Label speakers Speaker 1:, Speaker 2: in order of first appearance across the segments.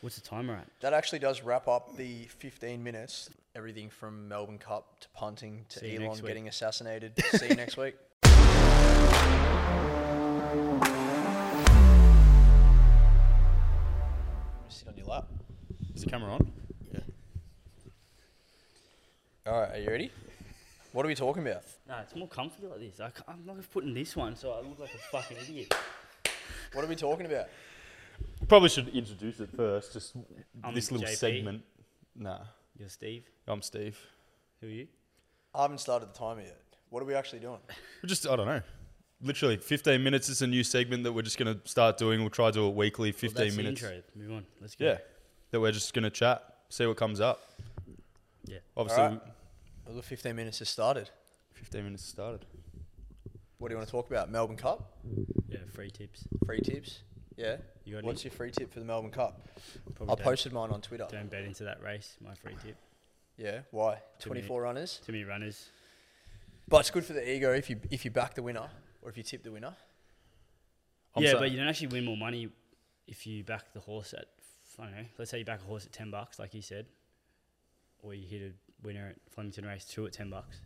Speaker 1: What's the timer at?
Speaker 2: That actually does wrap up the 15 minutes. Everything from Melbourne Cup to punting to
Speaker 1: See you
Speaker 2: Elon
Speaker 1: next week.
Speaker 2: getting assassinated. See you next week. Sit on your lap.
Speaker 1: Is the camera on?
Speaker 2: All right, are you ready? What are we talking about?
Speaker 1: No, it's more comfy like this. I ca- I'm not putting this one, so I look like a fucking idiot.
Speaker 2: What are we talking about?
Speaker 3: Probably should introduce it first, just
Speaker 1: I'm
Speaker 3: this little
Speaker 1: JP.
Speaker 3: segment. Nah,
Speaker 1: You're Steve.
Speaker 3: I'm Steve.
Speaker 1: Who are you?
Speaker 2: I haven't started the timer yet. What are we actually doing?
Speaker 3: We're just, I don't know. Literally, 15 minutes is a new segment that we're just going to start doing. We'll try to do it weekly,
Speaker 1: Well,
Speaker 3: 15
Speaker 1: that's the
Speaker 3: minutes.
Speaker 1: intro. Move on. Let's go.
Speaker 3: Yeah, that we're just going to chat, see what comes up.
Speaker 1: Yeah.
Speaker 3: Obviously,
Speaker 2: Alright. Well, the 15 minutes has started.
Speaker 3: 15 minutes started.
Speaker 2: What do you want to talk about? Melbourne Cup?
Speaker 1: Yeah. Free tips.
Speaker 2: Free tips? Yeah.
Speaker 1: You got
Speaker 2: What's
Speaker 1: What's
Speaker 2: your free tip for the Melbourne Cup?
Speaker 1: Probably
Speaker 2: I
Speaker 1: don't-
Speaker 2: posted mine on Twitter.
Speaker 1: Don't bet into that race. My free tip.
Speaker 2: Yeah, why?
Speaker 1: Too many-
Speaker 2: 24 runners.
Speaker 1: Too many runners.
Speaker 2: But it's good for the ego if you if you back the winner or if you tip the winner.
Speaker 3: I'm
Speaker 1: yeah,
Speaker 3: sorry.
Speaker 1: but you don't actually win more money if you back the horse at I don't know. Let's say you back a horse at ten bucks, like you said, or you hit a winner at Flemington Race Two at ten bucks.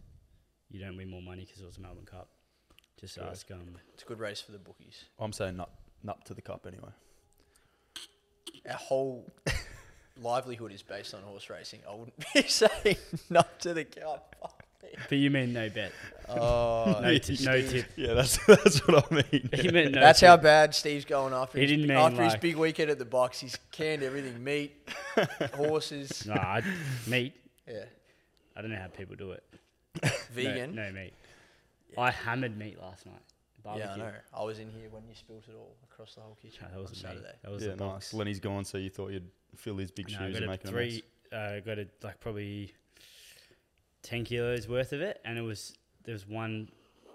Speaker 1: You don't win more money because it was a Melbourne Cup. Just
Speaker 3: Correct.
Speaker 1: ask um.
Speaker 2: It's a good race for the bookies.
Speaker 3: I'm saying nut, nut to the cup anyway.
Speaker 2: Our whole livelihood is based on horse racing. I wouldn't be saying no to the cup. Fuck me.
Speaker 1: But you mean no bet,
Speaker 2: Oh,
Speaker 1: no, t- no tip.
Speaker 3: Yeah, that's that's what I mean.
Speaker 1: He meant no.
Speaker 2: that's
Speaker 1: tip.
Speaker 2: how bad Steve's going after.
Speaker 1: He
Speaker 2: his,
Speaker 1: didn't mean
Speaker 2: after his
Speaker 1: like-
Speaker 2: big weekend at the box. He's canned everything: meat, horses,
Speaker 1: Nah, I, meat.
Speaker 2: yeah,
Speaker 1: I don't know how people do it. No-
Speaker 2: vegan.
Speaker 1: No, meat. I hammered meat last night. Barbecue.
Speaker 2: yeah, I know. I was in here when you spilt it all across the whole kitchen
Speaker 1: Nah, that
Speaker 2: on
Speaker 1: wasn't me.
Speaker 2: Saturday.
Speaker 1: That was
Speaker 3: yeah,
Speaker 1: the box.
Speaker 3: nice. Lenny's gone, so you thought you'd fill his big
Speaker 1: No, I
Speaker 3: shoes
Speaker 1: got
Speaker 3: and
Speaker 1: a
Speaker 3: make him a mess.
Speaker 1: three. Uh, got a, like probably ten kilos worth of it, and it was there was one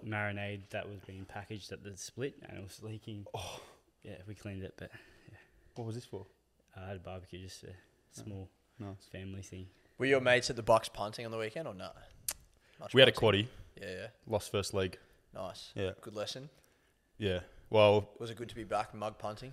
Speaker 1: marinade that was being packaged at the split, and it was leaking. Oh. Yeah, we cleaned it, but
Speaker 3: What was this for?
Speaker 1: I had a barbecue, just a small
Speaker 3: Nice.
Speaker 1: family thing.
Speaker 2: Were your mates at the Bucks punting on the weekend or not? Much
Speaker 3: We had a
Speaker 2: punting?
Speaker 3: quaddy,
Speaker 2: Yeah,
Speaker 3: lost first leg.
Speaker 2: yeah, nice.
Speaker 3: Yeah,
Speaker 2: Good lesson.
Speaker 3: yeah. Well,
Speaker 2: Was it good to be back mug punting?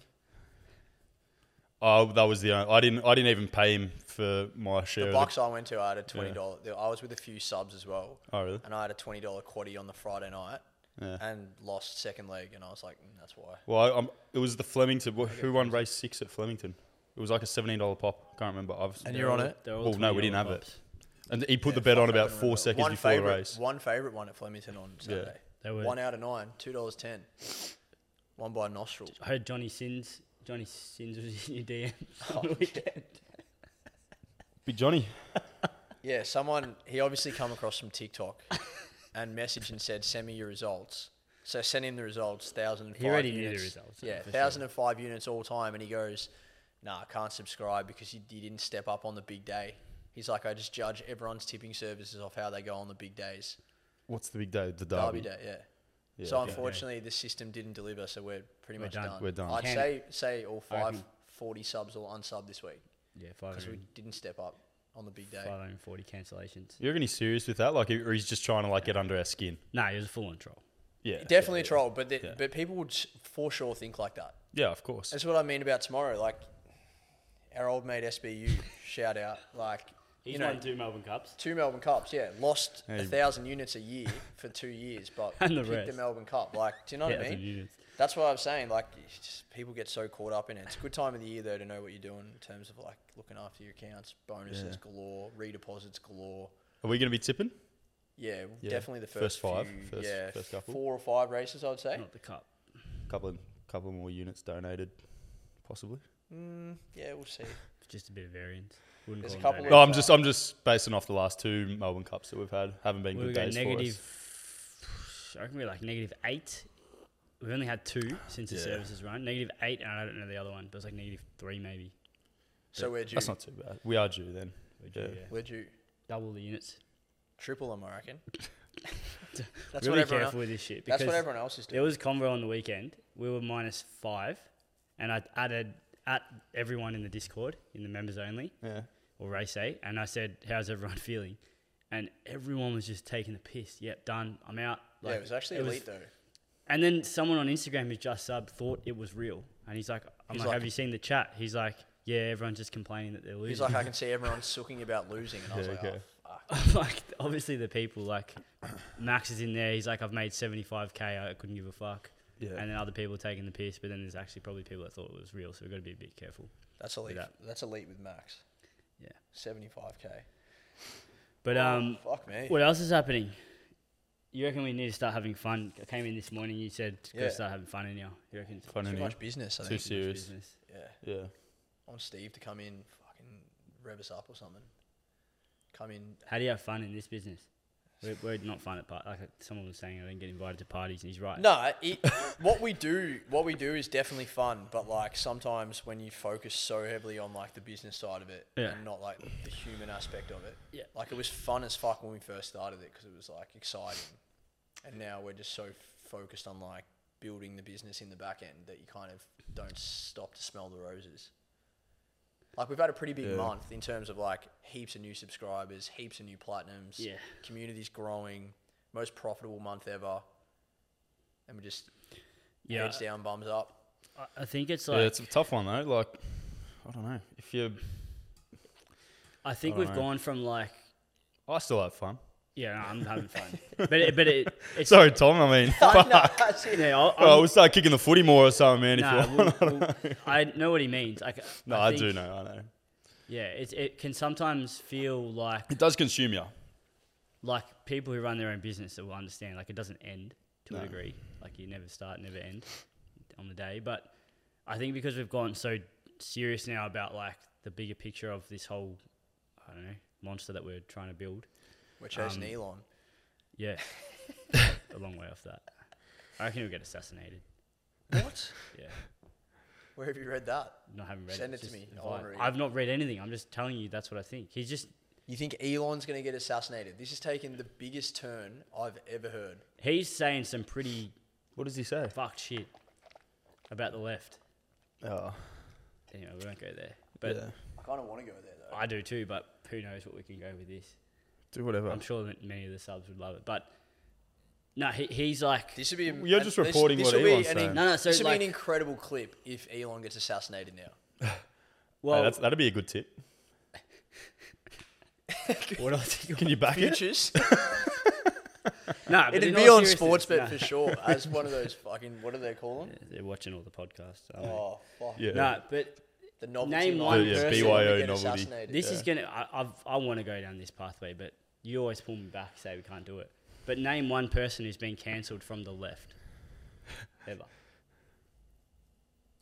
Speaker 3: Oh, that was the only, I didn't I didn't even pay him for my share.
Speaker 2: the
Speaker 3: of
Speaker 2: box I went to, I had a twenty dollar. I was with a few subs as well,
Speaker 3: The, oh really?
Speaker 2: and I had a twenty dollar quaddy on the Friday night
Speaker 3: Yeah.
Speaker 2: and lost second leg, and I was like, mm, that's why.
Speaker 3: Well, I, um, it was the Flemington. Wh- Who won race six at Flemington? It was like a seventeen dollar pop. Can't remember. I've,
Speaker 2: And you're on it?
Speaker 3: Well, no, we didn't have it. and he put the bet
Speaker 2: Fuck,
Speaker 3: on
Speaker 2: I
Speaker 3: about
Speaker 2: couldn't
Speaker 3: four
Speaker 2: remember.
Speaker 3: seconds
Speaker 2: one
Speaker 3: before
Speaker 2: favorite,
Speaker 3: the race.
Speaker 2: One favorite one at Flemington on Saturday.
Speaker 1: They were-
Speaker 2: One out of nine, two dollars ten. One by nostril.
Speaker 1: I heard Johnny Sins. Johnny Sins was in your DM on the
Speaker 2: Oh,
Speaker 1: weekend.
Speaker 3: Big Johnny.
Speaker 2: Yeah, someone he obviously come across from TikTok and messaged and said, "Send me your results." So send him the results, thousand and five.
Speaker 1: He already knew the
Speaker 2: units.
Speaker 1: results,
Speaker 2: Yeah,
Speaker 1: for sure.
Speaker 2: thousand and five units all time, and he goes, "Nah, I can't subscribe because you, you didn't step up on the big day." He's like, "I just judge everyone's tipping services off how they go on the big days."
Speaker 3: What's the big day? The
Speaker 2: Derby
Speaker 3: derby.
Speaker 2: day, yeah.
Speaker 3: Yeah,
Speaker 2: so
Speaker 3: okay.
Speaker 2: unfortunately, the system didn't deliver, so we're pretty much
Speaker 1: done.
Speaker 2: done.
Speaker 3: We're done.
Speaker 2: I'd
Speaker 1: Can-
Speaker 2: say say all
Speaker 1: I
Speaker 2: five
Speaker 1: reckon-
Speaker 2: forty subs all unsubbed this week
Speaker 1: Yeah, five
Speaker 2: because we
Speaker 1: hundred
Speaker 2: didn't step up on the big day.
Speaker 1: five hundred forty cancellations.
Speaker 3: You're gonna serious with that? Like, or he's just trying to like get under our skin?
Speaker 1: Nah, it was a full on troll.
Speaker 3: Yeah.
Speaker 2: Definitely
Speaker 3: yeah,
Speaker 2: a troll, but the,
Speaker 3: Yeah.
Speaker 2: but people would s- for sure think like that.
Speaker 3: Yeah, of course.
Speaker 2: That's what I mean about tomorrow. Like our old mate SBU, shout out. Like
Speaker 1: He's
Speaker 2: you know,
Speaker 1: won two Melbourne Cups.
Speaker 2: two Melbourne Cups. Yeah, lost a
Speaker 3: Hey.
Speaker 2: thousand units a year for two years, but
Speaker 1: And the
Speaker 2: picked the
Speaker 1: rest.
Speaker 2: Melbourne Cup. Like, do you know
Speaker 1: Yeah,
Speaker 2: what I
Speaker 1: that's
Speaker 2: mean?
Speaker 1: what you did.
Speaker 2: That's what I'm saying. Like, it's just, people get so caught up in it. It's a good time of the year though to know what you're doing in terms of like looking after your accounts, bonuses
Speaker 3: Yeah.
Speaker 2: galore, redeposits galore.
Speaker 3: Are we gonna be tipping?
Speaker 2: Yeah,
Speaker 3: Yeah.
Speaker 2: definitely the
Speaker 3: First
Speaker 2: first,
Speaker 3: five,
Speaker 2: few-
Speaker 3: first-
Speaker 2: yeah,
Speaker 3: first couple.
Speaker 2: four or five races, I'd say.
Speaker 1: Not the cup.
Speaker 3: Couple of couple more units donated, possibly.
Speaker 2: Mm, yeah, we'll see.
Speaker 1: Just a bit of variance. Wouldn't
Speaker 2: There's a
Speaker 1: call it
Speaker 2: couple
Speaker 1: variance.
Speaker 3: No,
Speaker 2: Where's
Speaker 3: I'm
Speaker 2: that?
Speaker 3: just I'm just basing off the last two Melbourne Cups that we've had. Haven't been
Speaker 1: we
Speaker 3: good
Speaker 1: go
Speaker 3: days
Speaker 1: negative.
Speaker 3: for
Speaker 1: I
Speaker 3: us.
Speaker 1: reckon we we're like negative eight. We've only had two since the
Speaker 3: Yeah.
Speaker 1: services run. Negative eight, and I don't know the other one, but it was like negative three maybe.
Speaker 2: So we're due.
Speaker 3: That's not too bad. We are due then.
Speaker 1: We're
Speaker 3: Yeah.
Speaker 1: due, yeah.
Speaker 2: We're due.
Speaker 1: Double the units.
Speaker 2: Triple them, I reckon. that's
Speaker 1: really
Speaker 2: what everyone.
Speaker 1: careful with this shit because
Speaker 2: That's what everyone else is doing.
Speaker 1: there was convo on the weekend. We were minus five, and I added at everyone in the Discord in the members only
Speaker 3: Yeah.
Speaker 1: or race eight, and I said, "How's everyone feeling?" And everyone was just taking the piss. Yep, done. I'm out.
Speaker 2: yeah, it was actually elite though.
Speaker 1: And then someone on Instagram who just sub thought it was real, and he's like, "I'm
Speaker 2: He's
Speaker 1: like,
Speaker 2: like-
Speaker 1: have you seen the chat?" He's like, yeah, everyone's just complaining that they're losing.
Speaker 2: He's like, I can see everyone sooking about losing, and I was
Speaker 3: Yeah,
Speaker 2: like,
Speaker 3: okay.
Speaker 2: oh, fuck.
Speaker 1: like obviously the people like Max is in there. He's like, I've made 75k. I couldn't give a fuck.
Speaker 3: Yeah.
Speaker 1: And uh, then other people are taking the piss, but then there's actually probably people that thought it was real. So we've got to be a bit careful.
Speaker 2: That's elite.
Speaker 1: that.
Speaker 2: That's elite with Max.
Speaker 1: Yeah.
Speaker 2: Seventy-five k. Oh,
Speaker 1: But um,
Speaker 2: fuck me.
Speaker 1: what else is happening? You reckon we need to start having fun? I came in this morning. You said to
Speaker 2: Yeah.
Speaker 1: start having fun in here. You reckon? it's
Speaker 3: Fun
Speaker 2: Too
Speaker 3: in here.
Speaker 2: much business. I think.
Speaker 3: Too
Speaker 1: too much
Speaker 3: serious.
Speaker 1: business?
Speaker 2: Yeah.
Speaker 3: Yeah.
Speaker 2: I want Steve to come in, fucking rev us up or something. Come in.
Speaker 1: How do you have fun in this business? We're, we're not fun at parties. Like uh, someone was saying, I didn't get invited to parties, and he's right.
Speaker 2: No, it, what we do, what we do is definitely fun, but like sometimes when you focus so heavily on like the business side of it
Speaker 1: Yeah.
Speaker 2: and not like the human aspect of it.
Speaker 1: Yeah.
Speaker 2: Like it was fun as fuck when we first started it because it was like exciting, and now we're just so focused on like building the business in the back end that you kind of don't stop to smell the roses. Like we've had a pretty big
Speaker 3: Yeah.
Speaker 2: month in terms of like heaps of new subscribers, heaps of new platinums.
Speaker 1: Yeah.
Speaker 2: Community's growing, most profitable month ever. And we just
Speaker 1: Yeah.
Speaker 2: heads down, bums up.
Speaker 1: I, I think it's
Speaker 3: yeah,
Speaker 1: like
Speaker 3: it's a tough one though. Like, I don't know if you.
Speaker 1: I think
Speaker 3: I
Speaker 1: we've
Speaker 3: don't know.
Speaker 1: gone from like
Speaker 3: I still have fun.
Speaker 1: yeah, no, I'm having fun, but it, but it, it's
Speaker 3: Sorry, Oh, Tom. I mean,
Speaker 2: I know, that's it.
Speaker 1: yeah, I'll,
Speaker 3: well,
Speaker 1: I'll-
Speaker 3: we'll start kicking the footy more or something, man.
Speaker 1: Um, nah,
Speaker 3: if you
Speaker 1: we'll- we'll- I know what he means. Like,
Speaker 3: no, I, do
Speaker 1: think-
Speaker 3: know. I know.
Speaker 1: Yeah, it it can sometimes feel like
Speaker 3: It does consume you.
Speaker 1: like people who run their own business that will understand. Like it doesn't end to a
Speaker 3: No.
Speaker 1: degree. Like you never start, never end on the day. But I think because we've gone so serious now about like the bigger picture of this whole, I don't know, monster that we're trying to build.
Speaker 2: We're chasing Elon.
Speaker 1: Yeah, a long way off that. I reckon he'll get assassinated.
Speaker 2: What?
Speaker 1: Yeah.
Speaker 2: Where have you read that?
Speaker 1: Not having read
Speaker 2: Send
Speaker 1: it.
Speaker 2: it to
Speaker 1: just
Speaker 2: me.
Speaker 1: a
Speaker 2: I wanna
Speaker 1: vibe.
Speaker 2: read it.
Speaker 1: I've not read anything. I'm just telling you that's what I think. He's just
Speaker 2: You think Elon's going to get assassinated? This has taken the biggest turn I've ever heard.
Speaker 1: he's saying some pretty
Speaker 3: What does he say?
Speaker 1: fucked shit about the left.
Speaker 3: Oh,
Speaker 1: Anyway, we won't go there. But
Speaker 3: yeah.
Speaker 2: I kind of want to go there though.
Speaker 1: I do too. But who knows what we can go with this?
Speaker 3: do whatever.
Speaker 1: I'm sure that many of the subs would love it. But no, he, he's like
Speaker 2: This would be.
Speaker 3: Well, you're just
Speaker 2: this-
Speaker 3: reporting
Speaker 2: this
Speaker 3: what
Speaker 2: would be
Speaker 3: Elon's
Speaker 2: an
Speaker 3: saying.
Speaker 2: in-
Speaker 1: No, no, so
Speaker 2: this would
Speaker 1: like-
Speaker 2: be an incredible clip if Elon gets assassinated now.
Speaker 1: well.
Speaker 3: that's, that'd be a good tip.
Speaker 1: what I think.
Speaker 3: Can you back it?
Speaker 2: Futures.
Speaker 1: no,
Speaker 2: It'd be on Sportsbet for sure as one of those fucking what do they call them?
Speaker 1: They're watching all the podcasts. aren't they?
Speaker 2: Oh fuck.
Speaker 3: Yeah.
Speaker 1: No, but
Speaker 2: The novelty.
Speaker 1: Name
Speaker 2: line
Speaker 1: one
Speaker 2: is
Speaker 1: Yeah,
Speaker 2: Elon
Speaker 3: BYO
Speaker 2: to get
Speaker 3: novelty.
Speaker 2: assassinated.
Speaker 1: This is gonna. I, I've, I want to go down this pathway, but you always pull me back, say we can't do it. But name one person who's been cancelled from the left. Ever.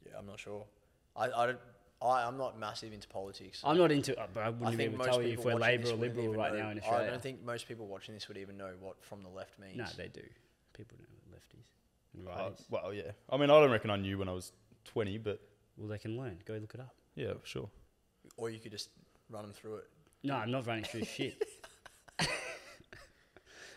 Speaker 2: Yeah, I'm not sure. I, I, don't- I I'm not massive into politics.
Speaker 1: I'm not into. Uh, but I
Speaker 2: I
Speaker 1: wouldn't
Speaker 2: think
Speaker 1: even
Speaker 2: most
Speaker 1: tell you
Speaker 2: people
Speaker 1: if we're
Speaker 2: watching
Speaker 1: Labour
Speaker 2: this
Speaker 1: or
Speaker 2: wouldn't
Speaker 1: Liberal
Speaker 2: even
Speaker 1: right
Speaker 2: know-
Speaker 1: now in
Speaker 2: I
Speaker 1: Australia.
Speaker 2: don't think most people watching this would even know what from the left means.
Speaker 1: No, they do. People don't know lefties and
Speaker 2: Oh,
Speaker 3: Uh,
Speaker 1: righties.
Speaker 3: well, yeah. I mean, I don't reckon I knew when I was 20, but
Speaker 1: well, they can learn. Go look it up.
Speaker 3: yeah, sure.
Speaker 2: or you could just run them through it.
Speaker 1: No, I'm not running through shit.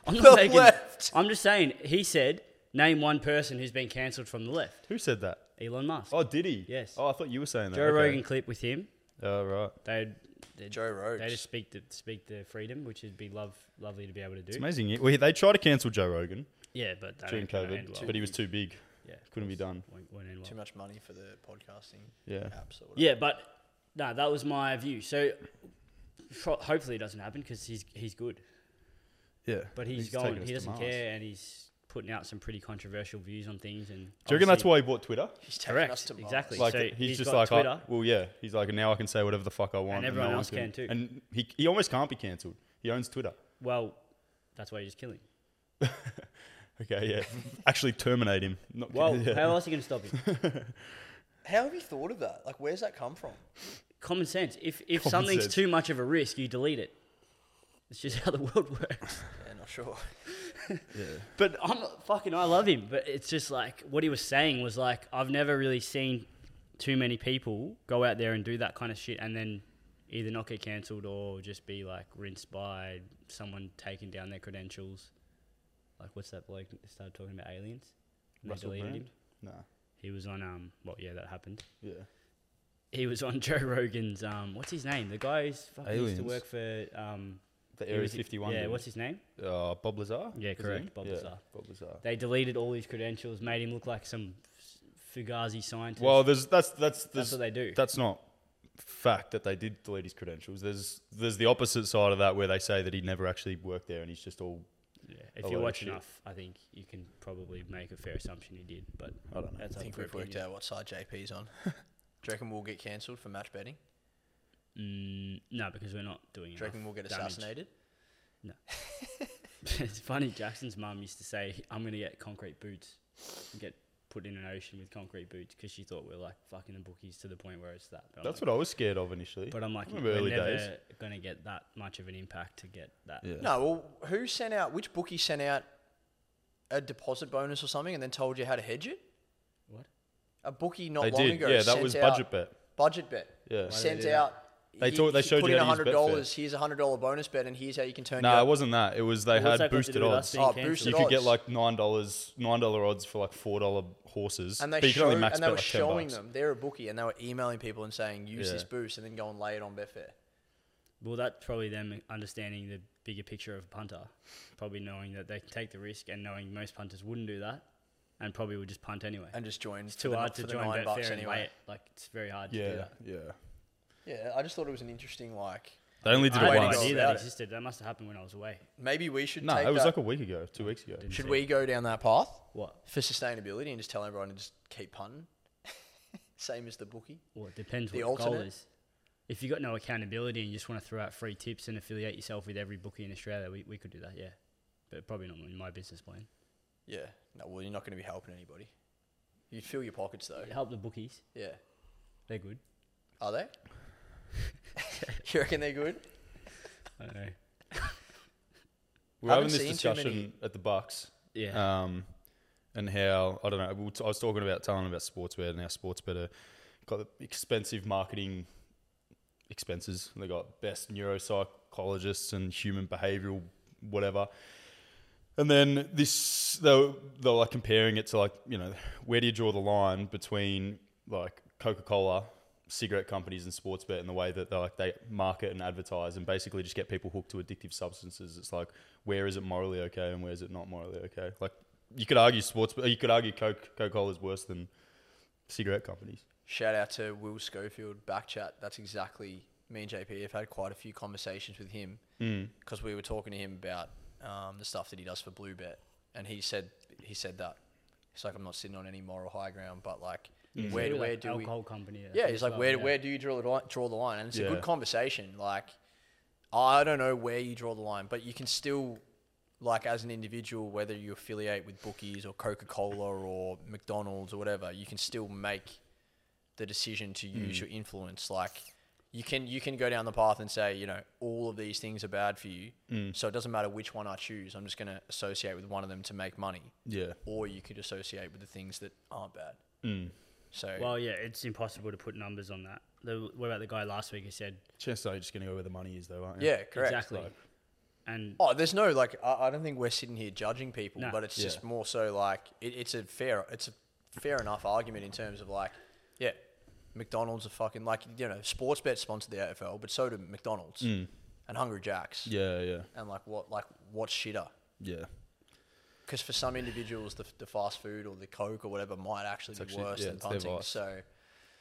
Speaker 1: I'm
Speaker 2: The
Speaker 1: not taking,
Speaker 2: left.
Speaker 1: I'm just saying. He said, name one person who's been cancelled from the left.
Speaker 3: Who said that?
Speaker 1: Elon Musk.
Speaker 3: Oh, did he?
Speaker 1: Yes.
Speaker 3: Oh, I thought you were saying that.
Speaker 1: Joe
Speaker 3: okay.
Speaker 1: Rogan clip with him.
Speaker 3: Oh, right.
Speaker 1: They. would
Speaker 2: Joe Rogan.
Speaker 1: They just speak the speak the freedom, which would be love lovely to be able to
Speaker 3: It's
Speaker 1: do.
Speaker 3: amazing. yeah. Well, they tried to cancel Joe Rogan
Speaker 1: Yeah, but that
Speaker 3: during
Speaker 1: ain't gonna end
Speaker 3: COVID,
Speaker 1: well.
Speaker 3: but he was too big.
Speaker 1: yeah,
Speaker 3: Couldn't be done.
Speaker 1: won't- won't end well.
Speaker 2: Too much money for the podcasting
Speaker 3: Yeah.
Speaker 2: apps or whatever.
Speaker 1: Yeah, but no, that was my view. So pro- hopefully it doesn't happen because he's he's good,
Speaker 3: Yeah.
Speaker 1: but he's,
Speaker 3: taken
Speaker 1: going.
Speaker 3: us
Speaker 1: He
Speaker 3: to
Speaker 1: doesn't
Speaker 3: Mars.
Speaker 1: care, and he's putting out some pretty controversial views on things. And
Speaker 3: Do you reckon that's
Speaker 1: obviously-
Speaker 3: why he bought Twitter?
Speaker 2: He's taking
Speaker 1: Correct,
Speaker 2: us to Mars.
Speaker 1: exactly.
Speaker 3: Like
Speaker 1: So
Speaker 3: he's,
Speaker 1: he's
Speaker 3: just
Speaker 1: got
Speaker 3: like,
Speaker 1: Twitter.
Speaker 3: I, well, yeah. He's like, now I can say whatever the fuck I want,
Speaker 1: everyone
Speaker 3: no
Speaker 1: else
Speaker 3: one
Speaker 1: can too.
Speaker 3: And he, he almost can't be cancelled. He owns Twitter.
Speaker 1: Well, that's why you're just killing.
Speaker 3: Okay, yeah. Actually, terminate him. Not
Speaker 1: Well,
Speaker 3: yeah.
Speaker 1: how else are you going to stop him?
Speaker 2: How have you thought of that? Like, where's that come from?
Speaker 1: Common sense. If if
Speaker 3: Common
Speaker 1: something's
Speaker 3: sense.
Speaker 1: too much of a risk, you delete it. It's just how the world works.
Speaker 2: Yeah, not sure.
Speaker 1: But I'm not- fucking, I love him. But it's just like what he was saying was like, I've never really seen too many people go out there and do that kind of shit and then either not get cancelled or just be like rinsed by someone taking down their credentials. Like, what's that bloke that started talking about aliens? And they
Speaker 3: Russell
Speaker 1: deleted
Speaker 3: Brand?
Speaker 1: him.
Speaker 3: Nah.
Speaker 1: He was on, um, well, yeah, that happened.
Speaker 3: Yeah.
Speaker 1: He was on Joe Rogan's, um, what's his name? The guy who's fucking used to
Speaker 3: Aliens.
Speaker 1: work for, um,
Speaker 3: The
Speaker 1: he
Speaker 3: Area
Speaker 1: was-
Speaker 3: 51.
Speaker 1: Yeah,
Speaker 3: dude.
Speaker 1: what's his name?
Speaker 3: Uh, Bob Lazar?
Speaker 1: Yeah,
Speaker 3: Is it
Speaker 1: correct,
Speaker 3: him?
Speaker 1: Bob
Speaker 3: Yeah,
Speaker 1: Lazar.
Speaker 3: Bob Lazar.
Speaker 1: They deleted all his credentials, made him look like some f- Fugazi scientist.
Speaker 3: Well, there's that's that's
Speaker 1: That's
Speaker 3: there's,
Speaker 1: what they do.
Speaker 3: That's not fact that they did delete his credentials. There's there's the opposite side of that where they say that he never actually worked there and he's just all
Speaker 1: Yeah. If
Speaker 3: A
Speaker 1: you
Speaker 3: lot of
Speaker 1: watch
Speaker 3: Oh, shit.
Speaker 1: enough, I think you can probably make a fair assumption he did. But
Speaker 3: I don't know.
Speaker 1: that's
Speaker 2: I
Speaker 1: up
Speaker 2: think
Speaker 1: for
Speaker 2: we've worked
Speaker 1: opinion.
Speaker 2: out what side JP's on. Do you reckon we'll get cancelled for match betting?
Speaker 1: Mm, no, because we're not doing.
Speaker 2: Do
Speaker 1: it.
Speaker 2: you reckon we'll get
Speaker 1: damage.
Speaker 2: assassinated?
Speaker 1: it's funny. Jackson's mum used to say, "I'm gonna get concrete boots and get put in an ocean with concrete boots," because she thought we are like fucking the bookies to the point where it's that. But
Speaker 3: That's
Speaker 1: I'm
Speaker 3: what I was scared of initially.
Speaker 1: like, But I'm like,
Speaker 3: I remember
Speaker 1: we're
Speaker 3: early
Speaker 1: never
Speaker 3: days.
Speaker 1: gonna get that much of an impact to get that.
Speaker 3: yeah.
Speaker 2: No, well, who sent out, which bookie sent out a deposit bonus or something and then told you how to hedge it?
Speaker 1: What?
Speaker 2: A bookie not
Speaker 3: they
Speaker 2: long
Speaker 3: did.
Speaker 2: ago.
Speaker 3: yeah, that
Speaker 2: sent
Speaker 3: was
Speaker 2: out-
Speaker 3: budget bet.
Speaker 2: Budget bet.
Speaker 3: Yeah.
Speaker 1: Why did they
Speaker 2: Sent
Speaker 1: do that?
Speaker 2: out.
Speaker 3: They taught- they showed
Speaker 2: put
Speaker 3: you
Speaker 2: in
Speaker 3: how to use
Speaker 2: $100. Here's a $100 bonus bet, and here's how you can turn
Speaker 3: No,
Speaker 2: your
Speaker 3: it wasn't that. It was they
Speaker 1: What's that got
Speaker 3: had
Speaker 1: to do
Speaker 3: boosted
Speaker 1: with us
Speaker 3: odds.
Speaker 1: being
Speaker 2: Oh,
Speaker 1: cancelled?
Speaker 2: boosted
Speaker 3: You could get like nine dollars, nine dollar odds for like four dollar horses.
Speaker 2: And they,
Speaker 3: but you could
Speaker 2: showed,
Speaker 3: only max
Speaker 2: and they
Speaker 3: bet
Speaker 2: were
Speaker 3: like ten
Speaker 2: showing
Speaker 3: bucks.
Speaker 2: them. They're a bookie, and they were emailing people and saying, use
Speaker 3: Yeah.
Speaker 2: this boost, and then go and lay it on Betfair.
Speaker 1: Well, that's probably them understanding the bigger picture of a punter, probably knowing that they can take the risk and knowing most punters wouldn't do that, and probably would just punt anyway.
Speaker 2: And just join.
Speaker 1: it's too hard to join
Speaker 2: nine bucks
Speaker 1: Betfair and
Speaker 2: anyway.
Speaker 1: wait. Like it's very hard to
Speaker 3: Yeah,
Speaker 1: do that.
Speaker 3: yeah.
Speaker 2: Yeah, I just thought it was an interesting, like,
Speaker 3: They only did
Speaker 1: I
Speaker 3: it
Speaker 1: had no
Speaker 2: go
Speaker 3: once.
Speaker 1: idea
Speaker 2: about
Speaker 1: that
Speaker 2: it.
Speaker 1: existed. That must have happened when I was away.
Speaker 2: maybe we should
Speaker 3: No,
Speaker 2: take
Speaker 3: it was
Speaker 2: that.
Speaker 3: like a week ago, two weeks ago.
Speaker 1: Didn't
Speaker 2: should
Speaker 1: see
Speaker 2: we
Speaker 1: it.
Speaker 2: go down that path
Speaker 1: What?
Speaker 2: for sustainability and just tell everyone to just keep punting? Same as the bookie.
Speaker 1: Well, it depends
Speaker 2: The
Speaker 1: what the goal
Speaker 2: alternate?
Speaker 1: is. If you got no accountability and you just want to throw out free tips and affiliate yourself with every bookie in Australia, we, we could do that, yeah. But probably not in my business plan.
Speaker 2: Yeah. No, well, you're not going to be helping anybody. You'd fill your pockets, though.
Speaker 1: Help the bookies.
Speaker 2: Yeah.
Speaker 1: They're good.
Speaker 2: Are they? you reckon they're good?
Speaker 1: I don't know.
Speaker 3: We were
Speaker 2: I
Speaker 3: having
Speaker 2: haven't
Speaker 3: this
Speaker 2: seen too
Speaker 3: discussion
Speaker 2: many-
Speaker 3: at the Bucks,
Speaker 1: Yeah.
Speaker 2: Uh,
Speaker 3: um, and how I don't know. we were t- I was talking about telling them about Sportsbet and how Sportsbet are got expensive marketing expenses. They got best neuropsychologists and human behavioral whatever. And then this, they were, they were like comparing it to like you know where do you draw the line between like Coca Cola, cigarette companies, and Sportsbet and the way that they like they market and advertise and basically just get people hooked to addictive substances. It's like where is it morally okay and where is it not morally okay? Like you could argue sports, you could argue Coca Cola is worse than cigarette companies.
Speaker 2: Shout out to Will Schofield, Backchat. That's exactly me and JP have had quite a few conversations with him because we were talking to him about um, the stuff that he does for Blue Bet, and he said he said that it's like I'm not sitting on any moral high ground, but like where do,
Speaker 1: Probably
Speaker 2: where
Speaker 1: like
Speaker 2: do we?
Speaker 1: alcohol company. that
Speaker 2: Yeah,
Speaker 1: does
Speaker 2: he's like
Speaker 1: well,
Speaker 2: where
Speaker 1: yeah.
Speaker 2: where do you draw the line, draw the line? And it's a
Speaker 3: Yeah.
Speaker 2: good conversation. Like I don't know where you draw the line, but you can still like as an individual, whether you affiliate with bookies or Coca Cola or McDonald's or whatever, you can still make the decision to use your influence. Like you can you can go down the path and say, you know, all of these things are bad for you. So it doesn't matter which one I choose. I'm just going to associate with one of them to make money,
Speaker 3: Yeah,
Speaker 2: or you could associate with the things that aren't bad. So
Speaker 1: Well, yeah, it's impossible to put numbers on that. The, what about the guy last week who said,
Speaker 3: chances are you're just going to go where the money is, though, aren't you?
Speaker 2: yeah, correct.
Speaker 1: exactly.
Speaker 3: like-
Speaker 1: and
Speaker 2: Oh, there's no like. I, I don't think we're sitting here judging people,
Speaker 1: No.
Speaker 2: but it's just
Speaker 3: Yeah.
Speaker 2: more so like it, it's a fair, it's a fair enough argument in terms of like, yeah, McDonald's are fucking like you know Sportsbet sponsored the AFL, but so do McDonald's and Hungry Jacks
Speaker 3: Mm. yeah, yeah,
Speaker 2: and like what like what's shitter?
Speaker 3: yeah.
Speaker 2: Because for some individuals, the, the fast food or the Coke or whatever might actually be
Speaker 3: actually-
Speaker 2: worse
Speaker 3: yeah,
Speaker 2: than
Speaker 3: it's their
Speaker 2: punting.
Speaker 3: vice.
Speaker 2: So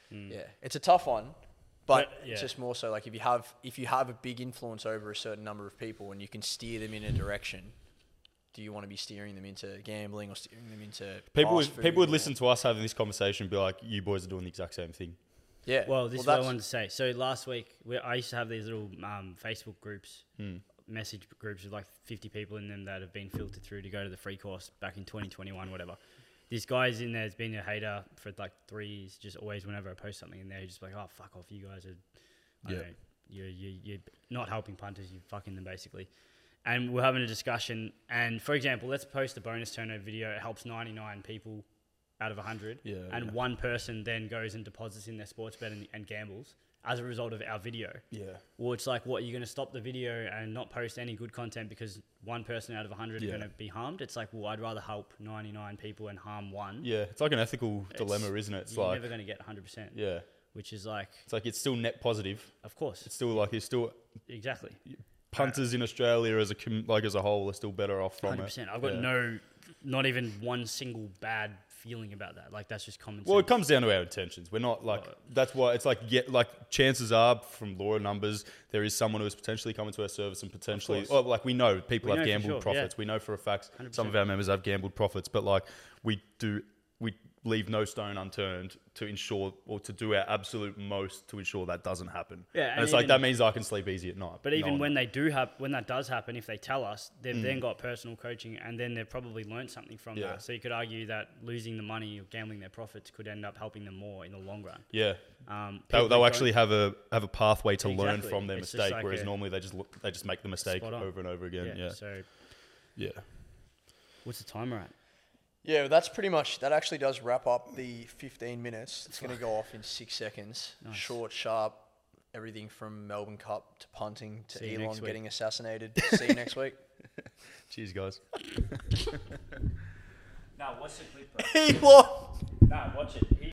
Speaker 2: yeah, it's a tough one. But
Speaker 1: Hmm. But,
Speaker 2: it's
Speaker 1: yeah.
Speaker 2: just more so like if you have if you have a big influence over a certain number of people and you can steer them in a direction, do you want to be steering them into gambling or steering them into
Speaker 3: People
Speaker 2: fast
Speaker 3: would, people would
Speaker 2: food or-
Speaker 3: listen to us having this conversation and be like, you boys are doing the exact same thing.
Speaker 2: Yeah.
Speaker 1: Well, this is what I
Speaker 2: that's-
Speaker 1: wanted to say. So last week, we, I used to have these little um, Facebook groups, message groups with like 50 people in them that have been filtered through to go to the free course back in 2021, whatever. This guy's in there has been a hater for like three years, just always whenever I post something in there, he's just like, oh, fuck off, you guys are, I
Speaker 3: Yeah.
Speaker 1: don't know, you're, you you're not helping punters, you're fucking them basically. And we're having a discussion. And for example, let's post a bonus turnover video. It helps 99 people out of 100
Speaker 3: Yeah,
Speaker 1: and
Speaker 3: yeah.
Speaker 1: one person then goes and deposits in their sports bet and, and gambles as a result of our video
Speaker 3: Yeah.
Speaker 1: well it's like what you're going to stop the video and not post any good content because one person out of 100
Speaker 3: Yeah.
Speaker 1: are going to be harmed it's like well i'd rather help 99 people and harm one
Speaker 3: Yeah, it's like an ethical dilemma, isn't it? It's
Speaker 1: you're
Speaker 3: like,
Speaker 1: never going to get 100%
Speaker 3: yeah,
Speaker 1: which is like
Speaker 3: it's like it's still net positive.
Speaker 1: of course
Speaker 3: It's still like it's still
Speaker 1: exactly
Speaker 3: punters in Australia as a com- like as a whole are still better off from
Speaker 1: 100%
Speaker 3: it.
Speaker 1: i've got
Speaker 3: Yeah.
Speaker 1: no not even one single bad feeling about that. Like that's just common sense.
Speaker 3: Well, it comes down to our intentions. We're not like that's why it's like yeah, like chances are from law of numbers there is someone who is potentially coming to our service and potentially
Speaker 1: course.
Speaker 3: oh, like we know people
Speaker 1: We
Speaker 3: have
Speaker 1: know for
Speaker 3: gambled
Speaker 1: sure,
Speaker 3: profits.
Speaker 1: yeah.
Speaker 3: We know for a fact some
Speaker 1: 100%.
Speaker 3: of our members have gambled profits, but like we do we leave no stone unturned to ensure or to do our absolute most to ensure that doesn't happen.
Speaker 1: Yeah,
Speaker 3: and,
Speaker 1: and
Speaker 3: it's like
Speaker 1: even-
Speaker 3: that means I can sleep easy at night.
Speaker 1: But even
Speaker 3: knowing
Speaker 1: when they do have, when that does happen, if they tell us, they've then got personal coaching, and then they've probably learned something from
Speaker 3: Mm. Yeah.
Speaker 1: that. So you could argue that losing the money or gambling their profits could end up helping them more in the long run.
Speaker 3: yeah,
Speaker 1: Um,
Speaker 3: they'll,
Speaker 1: people
Speaker 3: they'll
Speaker 1: don't-
Speaker 3: actually have a have a pathway to learn
Speaker 1: Exactly.
Speaker 3: from their
Speaker 1: It's just
Speaker 3: mistake,
Speaker 1: like
Speaker 3: whereas
Speaker 1: a-
Speaker 3: normally they just look, they just make the mistake
Speaker 1: Spot on.
Speaker 3: over and over again. Yeah,
Speaker 1: So
Speaker 3: yeah.
Speaker 1: what's the timer at?
Speaker 2: Yeah, well, that's pretty much. That actually does wrap up the 15 minutes. It's going to go off in six seconds. Short, sharp. Everything from Melbourne Cup to punting to
Speaker 1: See you
Speaker 2: Elon
Speaker 1: next week.
Speaker 2: getting assassinated. See you next week.
Speaker 3: Cheers, guys.
Speaker 1: No, watch the clip, bro.
Speaker 2: Elon.
Speaker 1: No, watch it.